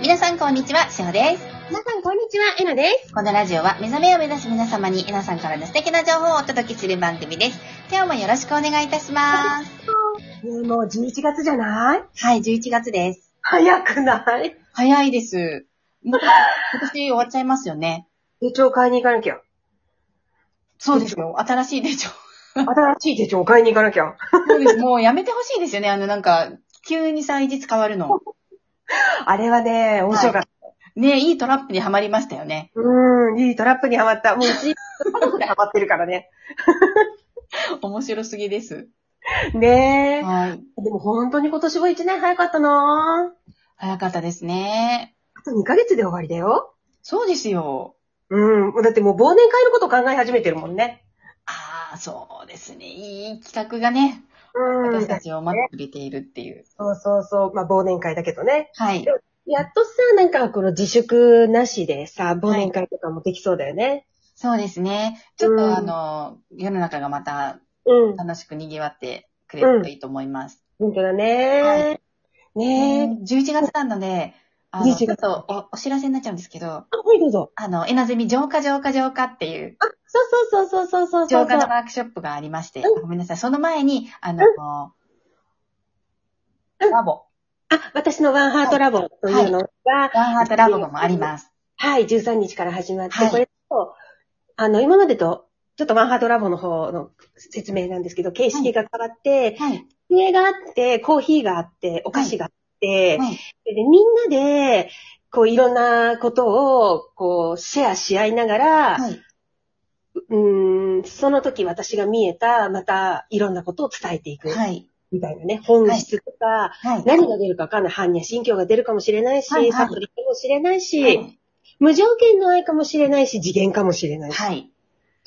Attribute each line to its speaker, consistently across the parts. Speaker 1: 皆さんこんにちは、しほです。
Speaker 2: 皆さん、こんにちは。えなです。
Speaker 1: このラジオは目覚めを目指す皆様にえなさんからの素敵な情報をお届けする番組です。今日もよろしくお願いいたします。
Speaker 2: ねえもう11月じゃない
Speaker 1: はい、11月です。
Speaker 2: 早くない
Speaker 1: 早いです。 もう今年終わっちゃいますよね。
Speaker 2: 手帳買いに行かなきゃ。
Speaker 1: そうですよ。新しい手帳。
Speaker 2: 新しい手帳買いに行かなきゃ。
Speaker 1: そうです。もうやめてほしいですよね。あの、なんか、急にさ、い日変わるの。
Speaker 2: あれはね、面白かった。
Speaker 1: ねいいトラップにはまりましたよね。
Speaker 2: うーん、いいトラップにはまった。もう 一日家族でハマってるからね。
Speaker 1: 面白すぎです。
Speaker 2: ねえ。
Speaker 1: はい。
Speaker 2: でも本当に今年も1年早かったなぁ。
Speaker 1: 早かったですね。
Speaker 2: あと2ヶ月で終わりだよ。
Speaker 1: そうですよ。
Speaker 2: うん。だってもう忘年会のこと考え始めてるもんね。
Speaker 1: ああ、そうですね。いい企画がね、
Speaker 2: う
Speaker 1: 私
Speaker 2: ん。
Speaker 1: たちを待ってくれているっていう。
Speaker 2: そうそうそう。まあ忘年会だけどね。
Speaker 1: はい。
Speaker 2: やっとさ、なんかこの自粛なしでさ、忘年会とかもできそうだよね。
Speaker 1: そうですね。ちょっ
Speaker 2: う
Speaker 1: と
Speaker 2: ん
Speaker 1: あの、世の中がまた
Speaker 2: うん。
Speaker 1: 楽しく賑わってくれるといいと思います。
Speaker 2: 本当だね。
Speaker 1: は
Speaker 2: ねえ。
Speaker 1: 11月なので、あの、
Speaker 2: 11
Speaker 1: ちょっ
Speaker 2: 月
Speaker 1: とおお知らせになっちゃうんですけど、
Speaker 2: あ、はい、どうぞ。
Speaker 1: あの、エナゼミ浄化浄化浄化っていう、
Speaker 2: そうそうそうそうそうそうそう。
Speaker 1: 浄化のワークショップがありまして、
Speaker 2: う
Speaker 1: ごめんなさい。その前に、あの、
Speaker 2: うん
Speaker 1: ラボ、
Speaker 2: あ、私のワンハートラボというのが、はい、
Speaker 1: ワンハートラボもあります。
Speaker 2: 13日から始まって、
Speaker 1: はい
Speaker 2: これと、あの、今までと、ちょっとワンハートラボの方の説明なんですけど、形式が変わって、
Speaker 1: はい。
Speaker 2: 家があって、コーヒーがあって、お菓子があって、
Speaker 1: はい。
Speaker 2: でみんなで、こう、いろんなことを、こう、シェアし合いながら、
Speaker 1: はい。
Speaker 2: うーん、その時私が見えた、また、いろんなことを伝えていく。
Speaker 1: はい。
Speaker 2: みたいなね、本質とか、
Speaker 1: はい。
Speaker 2: 何が出るかわかんない。般若心経が出るかもしれないし、
Speaker 1: はいはい
Speaker 2: 悟りかもしれないし、
Speaker 1: はい
Speaker 2: 無条件の愛かもしれないし、次元かもしれないし、
Speaker 1: はい。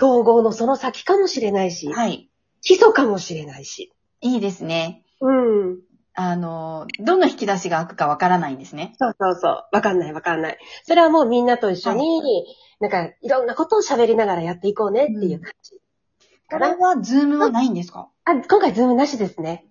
Speaker 2: 統合のその先かもしれないし、
Speaker 1: はい。
Speaker 2: 基礎かもしれないし。
Speaker 1: いいですね。
Speaker 2: うん。
Speaker 1: あの、どの引き出しが開くかわからないんですね。
Speaker 2: そうそうそう。わかんないわかんない。それはもうみんなと一緒に、なんかいろんなことを喋りながらやっていこうねっていう感じ。
Speaker 1: こ
Speaker 2: か
Speaker 1: れ
Speaker 2: な
Speaker 1: は、ズームはないんですか
Speaker 2: あ、今回ズームなしですね。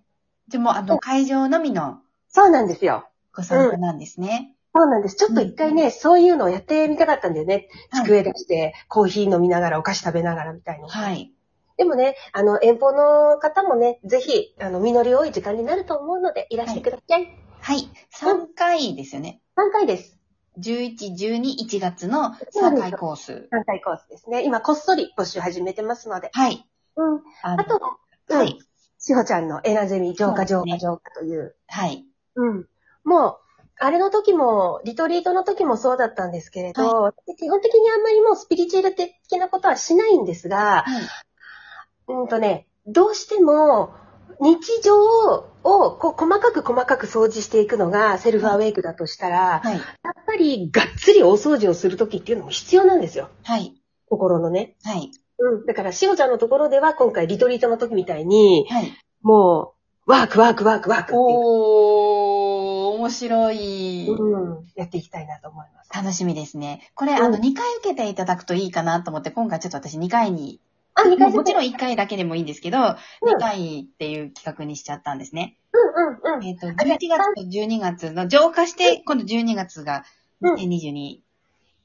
Speaker 1: でも、あの、会場のみの
Speaker 2: そうなんですよ。
Speaker 1: ご参加なんですね。
Speaker 2: そうなんです。ちょっと一回ね、そういうのをやってみたかったんだよね。
Speaker 1: はい。
Speaker 2: 机出して、コーヒー飲みながら、お菓子食べながらみたいな。
Speaker 1: はい。
Speaker 2: でもね、あの、遠方の方もね、ぜひ、あの、実り多い時間になると思うので、いらしてください。
Speaker 1: はい。3回ですよね。
Speaker 2: 3回です。
Speaker 1: 11、12、1月の3回コース。
Speaker 2: 3回コースですね。今、こっそり募集始めてますので。
Speaker 1: はい。
Speaker 2: うん。
Speaker 1: あの
Speaker 2: あと、うん
Speaker 1: はい。。
Speaker 2: しほちゃんのエナゼミ、浄化
Speaker 1: そ
Speaker 2: 浄
Speaker 1: うです
Speaker 2: 化
Speaker 1: ね
Speaker 2: 浄化という。
Speaker 1: はい。
Speaker 2: うん。もう、あれの時も、リトリートの時もそうだったんですけれど、基本的にあんまりもうスピリチュアル的なことはしないんですが、
Speaker 1: はい。
Speaker 2: うんとね、どうしても日常をこう細かく細かく掃除していくのがセルフアウェイクだとしたら、
Speaker 1: はい。
Speaker 2: やっぱりがっつり大掃除をするときっていうのも必要なんですよ。
Speaker 1: はい。
Speaker 2: 心のね。
Speaker 1: はい。
Speaker 2: うん。だから、しおちゃんのところでは今回リトリートの時みたいに、
Speaker 1: はい。
Speaker 2: もう、ワークワークワークワークっていう
Speaker 1: おー、面白い。
Speaker 2: うん、やっていきたいなと思います。
Speaker 1: 楽しみですね。これ、
Speaker 2: うん
Speaker 1: あの、2回受けていただくといいかなと思って、今回ちょっと私2回に、
Speaker 2: あ、2
Speaker 1: も
Speaker 2: 回
Speaker 1: うもちろん
Speaker 2: いい。
Speaker 1: 1回だけでもいいんですけど、2
Speaker 2: うん
Speaker 1: 回っていう企画にしちゃったんですね。
Speaker 2: うんうんうん。
Speaker 1: えっ、と、11月と12月の浄化して、今度12月が
Speaker 2: うん
Speaker 1: 2022、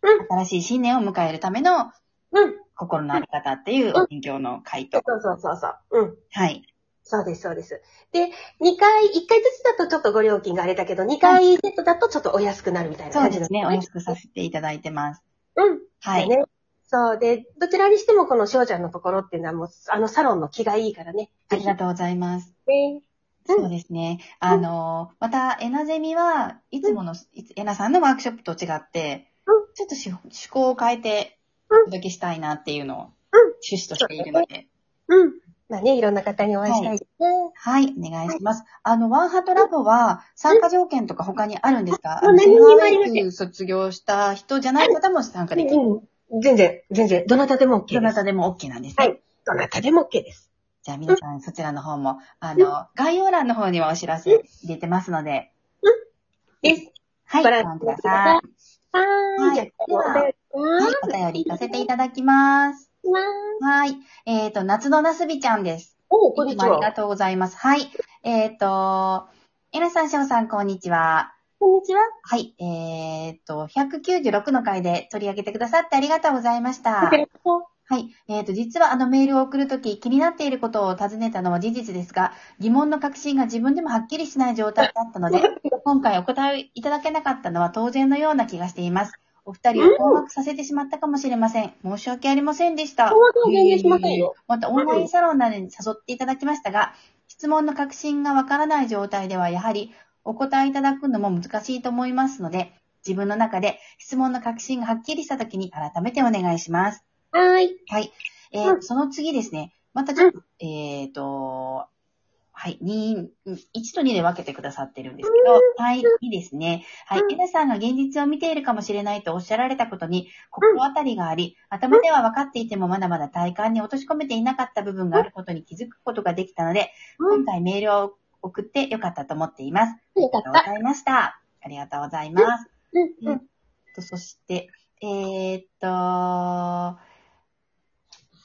Speaker 2: うん
Speaker 1: 新しい新年を迎えるための
Speaker 2: うん。
Speaker 1: 心のあり方っていうお勉強の回
Speaker 2: そう
Speaker 1: と。
Speaker 2: そうそうそう。うん。
Speaker 1: はい。
Speaker 2: そうです、そうです。で、2回、1回ずつだとちょっとご料金があれだけど、2回セットだとちょっとお安くなるみたいな
Speaker 1: そう
Speaker 2: 感
Speaker 1: で
Speaker 2: じなん
Speaker 1: すね。お安くさせていただいてます。
Speaker 2: うん。
Speaker 1: はい。
Speaker 2: ね。そう。で、どちらにしてもこのしおちゃんのところっていうのはもう、あのサロンの気がいいからね。
Speaker 1: ありがとうございます。
Speaker 2: ね。
Speaker 1: そうですね。あの、また、エナゼミはいつもの、いつエナさんのワークショップと違って
Speaker 2: う、
Speaker 1: ちょっとし趣向を変えて、お
Speaker 2: うん
Speaker 1: 届けしたいなっていうのを、
Speaker 2: うん
Speaker 1: 趣旨としているので、
Speaker 2: うん。まあね、いろんな方にお会いしたいですね。
Speaker 1: はい、お願いします。あの、ワンハートラボは、参加条件とか他にあるんですか
Speaker 2: うん
Speaker 1: あの
Speaker 2: もう何にも
Speaker 1: セ
Speaker 2: あり
Speaker 1: ルフア
Speaker 2: ま
Speaker 1: ウェ
Speaker 2: せん
Speaker 1: イク卒業した人じゃない方も参加できる。
Speaker 2: うんうん全然、全然、どなたでも OK
Speaker 1: ど
Speaker 2: で
Speaker 1: な
Speaker 2: す。
Speaker 1: たでも OK なんですね。
Speaker 2: はいどなたでも OK です。
Speaker 1: じゃあ皆さん、そちらの方も、あの、概要欄の方にはお知らせ入れてますので、
Speaker 2: です。
Speaker 1: はい、ご
Speaker 2: ご覧
Speaker 1: 覧く
Speaker 2: く
Speaker 1: だ
Speaker 2: だ
Speaker 1: さ
Speaker 2: さ
Speaker 1: い
Speaker 2: い。は
Speaker 1: はい
Speaker 2: い。じゃあ、今日はお
Speaker 1: は
Speaker 2: 便
Speaker 1: い、お便り行かせていただきます。
Speaker 2: ります。
Speaker 1: はい。えっ、と、夏のなすびちゃんです。
Speaker 2: おこんにち
Speaker 1: いつもありが
Speaker 2: は。
Speaker 1: とうございます。はい。えっ、と、えらさん、しょうさん、こんにちは。
Speaker 2: こんにちは。
Speaker 1: はい。えーっと、196の回で取り上げてくださってありがとうございま した。はい。えっ、と、実はあのメールを送るとき気になっていることを尋ねたのは事実ですが、疑問の確信が自分でもはっきりしない状態だったので、今回お答えいただけなかったのは当然のような気がしています。お二人を困惑させてしまったかもしれません。申し訳ありませんでした。
Speaker 2: そう全然しませんよ。
Speaker 1: またオンラインサロンなどに誘っていただきましたが、質問の確信がわからない状態ではやはりお答えいただくのも難しいと思いますので、自分の中で質問の確信がはっきりしたときに改めてお願いします。
Speaker 2: はーい。
Speaker 1: はい。えー
Speaker 2: うん
Speaker 1: その次ですね。またちょっと、えっ、と、はい、2、1と2で分けてくださってるんですけど、はい、2ですね。はい、
Speaker 2: うん
Speaker 1: エナさんが現実を見ているかもしれないとおっしゃられたことに、心当たりがあり、頭では分かっていてもまだまだ体感に落とし込めていなかった部分があることに気づくことができたので、
Speaker 2: うん
Speaker 1: 今。回メールを送ってよかったと思っています。
Speaker 2: よか
Speaker 1: あり
Speaker 2: っ
Speaker 1: がとう
Speaker 2: た。
Speaker 1: ございました。ありがとうございます。
Speaker 2: うん。うん。
Speaker 1: と、そして、えーっと、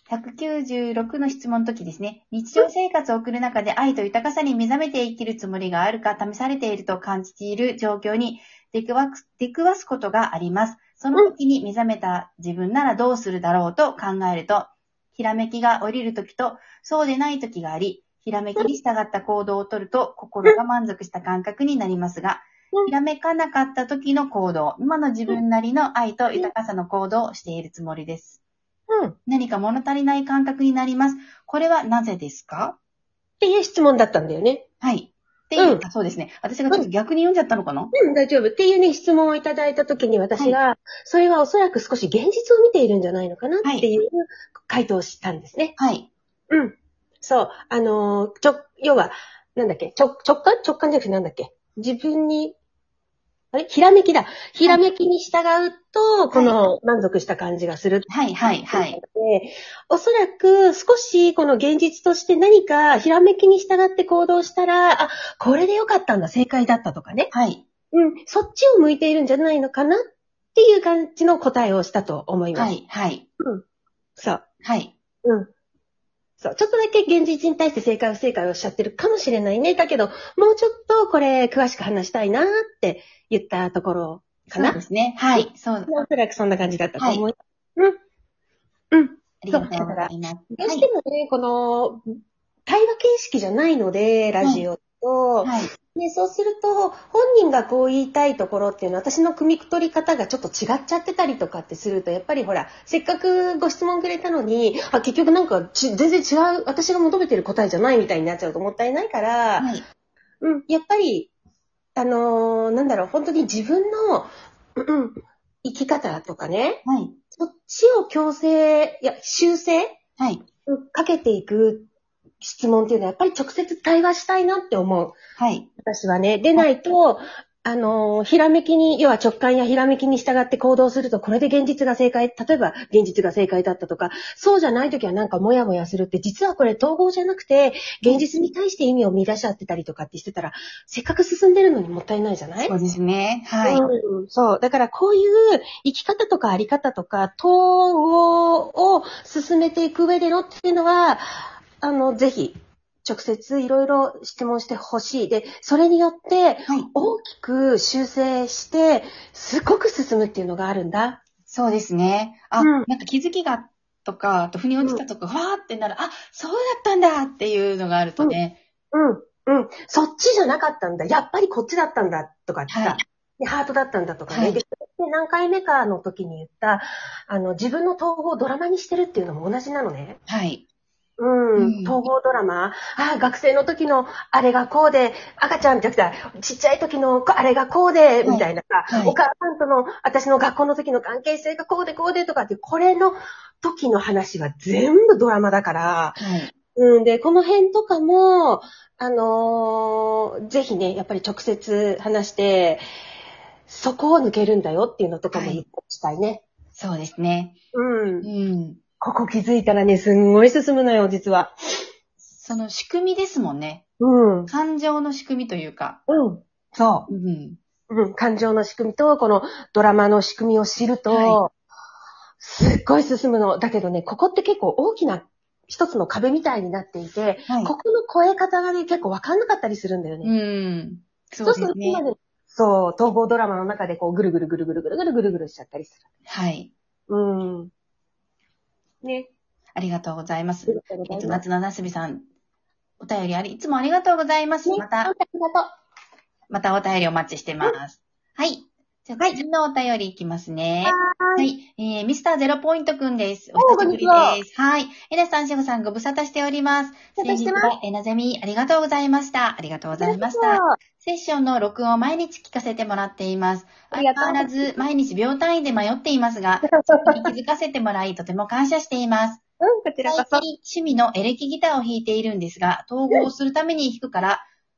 Speaker 1: 196の質問の時ですね。日常生活を送る中で愛と豊かさに目覚めて生きるつもりがあるか試されていると感じている状況に出く わす出くわすことがあります。その時に目覚めた自分ならどうするだろうと考えると、ひらめきが降りる時と、そうでない時があり、ひらめきに従った行動をとると心が満足した感覚になりますが、ひらめかなかった時の行動、今の自分なりの愛と豊かさの行動をしているつもりです。
Speaker 2: うん。っ
Speaker 1: 何か物足りない感覚になります。これはなぜですか
Speaker 2: ていう質問だったんだよね。
Speaker 1: はい。っていう、
Speaker 2: うん
Speaker 1: あそうですね。私がちょっと逆に読んじゃったのかな、
Speaker 2: うん、大丈夫。っていうね、質問をいただいたときに私が、それはおそらく少し現実を見ているんじゃないのかなっていう回答をしたんですね。
Speaker 1: はい。
Speaker 2: うん。そう。あのー、ちょ、要は、なんだっけ、直直感直感じゃなくてなんだっけ自分に、あれひらめきだ。ひらめきに従うと、この満足した感じがする
Speaker 1: はい、はい、はい。
Speaker 2: で、おそらく少しこの現実として何かひらめきに従って行動したら、あ、これでよかったんだ、正解だったとかね。
Speaker 1: はい。
Speaker 2: うん、そっちを向いているんじゃないのかなっていう感じの答えをしたと思います。
Speaker 1: はい、はい。
Speaker 2: そう。
Speaker 1: はい。
Speaker 2: うん。そう。ちょっとだけ現実に対して正解不正解をおっしゃってるかもしれないね。だけど、もうちょっとこれ詳しく話したいなって言ったところか
Speaker 1: そう
Speaker 2: な
Speaker 1: で。すね。はい。そう。
Speaker 2: おそらくそんな感じだったと思います。
Speaker 1: ありがとうございます。
Speaker 2: どうしてもね、この、対話形式じゃないので、ラジオと、
Speaker 1: はい。はい。
Speaker 2: でそうすると、本人がこう言いたいところっていうのは、私の汲み取り方がちょっと違っちゃってたりとかってすると、やっぱりほら、せっかくご質問くれたのに、あ、結局なんかち全然違う、私が求めてる答えじゃないみたいになっちゃうともったいないから、
Speaker 1: はい。
Speaker 2: うん、やっぱり、あのーなんだろう、本当に自分の、うんうん、生き方とかね、
Speaker 1: はい。
Speaker 2: そっちを強制、いや、修正
Speaker 1: はい。
Speaker 2: かけていく質問っていうのは、やっぱり直接対話したいなって思う。
Speaker 1: はい。
Speaker 2: 私はね。でないと、あのー、ひらめきに、要は直感やひらめきに従って行動すると、これで現実が正解、例えば現実が正解だったとか、そうじゃない時はなんかモヤモヤするって、実はこれ統合じゃなくて、現実に対して意味を見出しちゃってたりとかってしてたら、せっかく進んでるのにもったいないじゃない
Speaker 1: そうですね。はい。
Speaker 2: うん、そう。だからこういう生き方とかあり方とか、統合を進めていく上でのっていうのは、あの、ぜひ、直接いろいろ質問してほしい。で、それによって
Speaker 1: はい。
Speaker 2: 大きく修正して、すごく進むっていうのがあるんだ。
Speaker 1: そうですね。あ、
Speaker 2: うん
Speaker 1: なんか気づきがとか、あと腑に落ちたとか、わーってなる、あ、そうだったんだっていうのがあるとね。
Speaker 2: うん。うん。そっちじゃなかったんだ。やっぱりこっちだったんだ。とかってさ、
Speaker 1: はい
Speaker 2: でハートだったんだとかね。
Speaker 1: はい
Speaker 2: で、で何回目かの時に言った、あの、自分の統合をドラマにしてるっていうのも同じなのね。
Speaker 1: はい。
Speaker 2: う
Speaker 1: うん
Speaker 2: ん、統合ドラマ、ああ、学生の時のあれがこうで、赤ちゃんじゃなくて、ちっちゃい時のあれがこうで、みたいなさ、
Speaker 1: はい
Speaker 2: お母さんとの、私の学校の時の関係性がこうでこうでとかって、これの時の話は全部ドラマだから、
Speaker 1: はい。
Speaker 2: うん、で、この辺とかも、あのーぜひね、やっぱり直接話して、そこを抜けるんだよっていうのとかも
Speaker 1: はい
Speaker 2: 言っておきたいね。
Speaker 1: そうですね。
Speaker 2: うん
Speaker 1: う。ん。
Speaker 2: ここ気づいたらね、すんごい進むのよ、実は。
Speaker 1: その仕組みですもんね。
Speaker 2: うん。
Speaker 1: 感情の仕組みというか。
Speaker 2: うん。そう。
Speaker 1: うん。
Speaker 2: うん、感情の仕組みと、このドラマの仕組みを知ると、
Speaker 1: は
Speaker 2: すっごい進むの。だけどね、ここって結構大きな一つの壁みたいになっていて、
Speaker 1: はい。
Speaker 2: ここの超え方がね、結構わかんなかったりするんだよね。
Speaker 1: うん。そ
Speaker 2: そ
Speaker 1: で
Speaker 2: うう
Speaker 1: す
Speaker 2: ると
Speaker 1: ね
Speaker 2: 今。ね、そう、統合ドラマの中でこう、ぐるぐるぐるぐるぐるぐるぐるぐるしちゃったりす
Speaker 1: はい。
Speaker 2: る。うん。ね。
Speaker 1: ありがとうございます。えっと、
Speaker 2: あ
Speaker 1: 夏のなすびさん、お便りあり、いつもありがとうございます。また、
Speaker 2: りがとう。
Speaker 1: またお便りお待ちしてます。はい。じゃあ、次のお便りいきますね。
Speaker 2: は
Speaker 1: はい。えー、ミスターゼロポイントくんです。
Speaker 2: おー
Speaker 1: お久しぶりです。はい。えなさん、しほさん、ご無沙汰しております。
Speaker 2: ご無沙汰してます
Speaker 1: 先日はえなゼミ、ありがとうございました。ありがとうございました。セッションの録音を毎日聞かせてもらっています。
Speaker 2: ありがとう
Speaker 1: 相変わらず毎日秒単位で迷っています が、気づかせてもらいとても感謝しています。
Speaker 2: うん、こちら
Speaker 1: 最
Speaker 2: こ
Speaker 1: 近
Speaker 2: そ。
Speaker 1: 趣味のエレキギターを弾いているんですが、統合するために弾くから、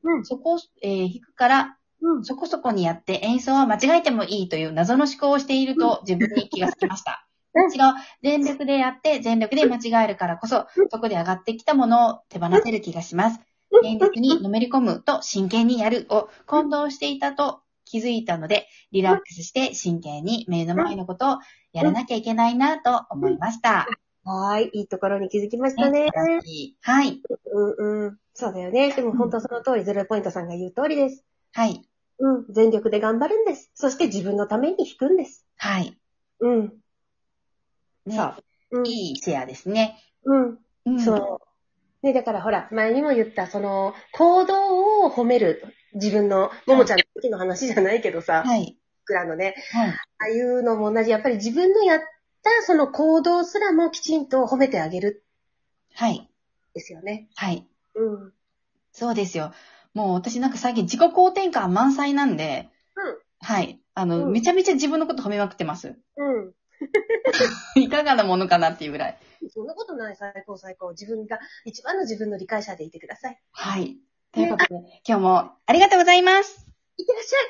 Speaker 2: うん
Speaker 1: そこ、えー弾くから、
Speaker 2: うん。
Speaker 1: そこそこにやって演奏は間違えてもいいという謎の思考をしていると自分に気がつきました。
Speaker 2: うん
Speaker 1: 一度全力でやって全力で間違えるからこそ、そこで上がってきたものを手放せる気がします。現実にのめり込むと真剣にやるを混同していたと気づいたので、リラックスして真剣に目の前のことをやらなきゃいけないなと思いました。
Speaker 2: はーい、いいところに気づきまし
Speaker 1: ね
Speaker 2: たね。
Speaker 1: 素晴らしいはい。
Speaker 2: うんうん。そうだよね。でも本当その通り、ゼロポイントさんが言う通りです。
Speaker 1: はい。
Speaker 2: うん。全力で頑張るんです。そして自分のために弾くんです。
Speaker 1: はい。
Speaker 2: うん。
Speaker 1: ね
Speaker 2: そう。うん。
Speaker 1: いいシェアですね。
Speaker 2: うん。
Speaker 1: うん
Speaker 2: そう。ね、だからほら、前にも言った、その、行動を褒める、自分の、ももちゃんの時の話じゃないけどさ、
Speaker 1: はい。
Speaker 2: 僕らのね、
Speaker 1: はい。
Speaker 2: ああいうのも同じ、やっぱり自分のやったその行動すらもきちんと褒めてあげる
Speaker 1: はい。
Speaker 2: んですよね。
Speaker 1: はい。
Speaker 2: うん。
Speaker 1: そうですよ。もう私なんか最近自己肯定感満載なんで、
Speaker 2: うん
Speaker 1: はい。あの、
Speaker 2: うん
Speaker 1: めちゃめちゃ自分のこと褒めまくってます。
Speaker 2: うん。
Speaker 1: いかがなものかなっていうぐらい。
Speaker 2: そんなことない、最高最高。自分が、一番の自分の理解者でいてください。
Speaker 1: はい。ということで、今日もありがとうございます。
Speaker 2: いってらっしゃい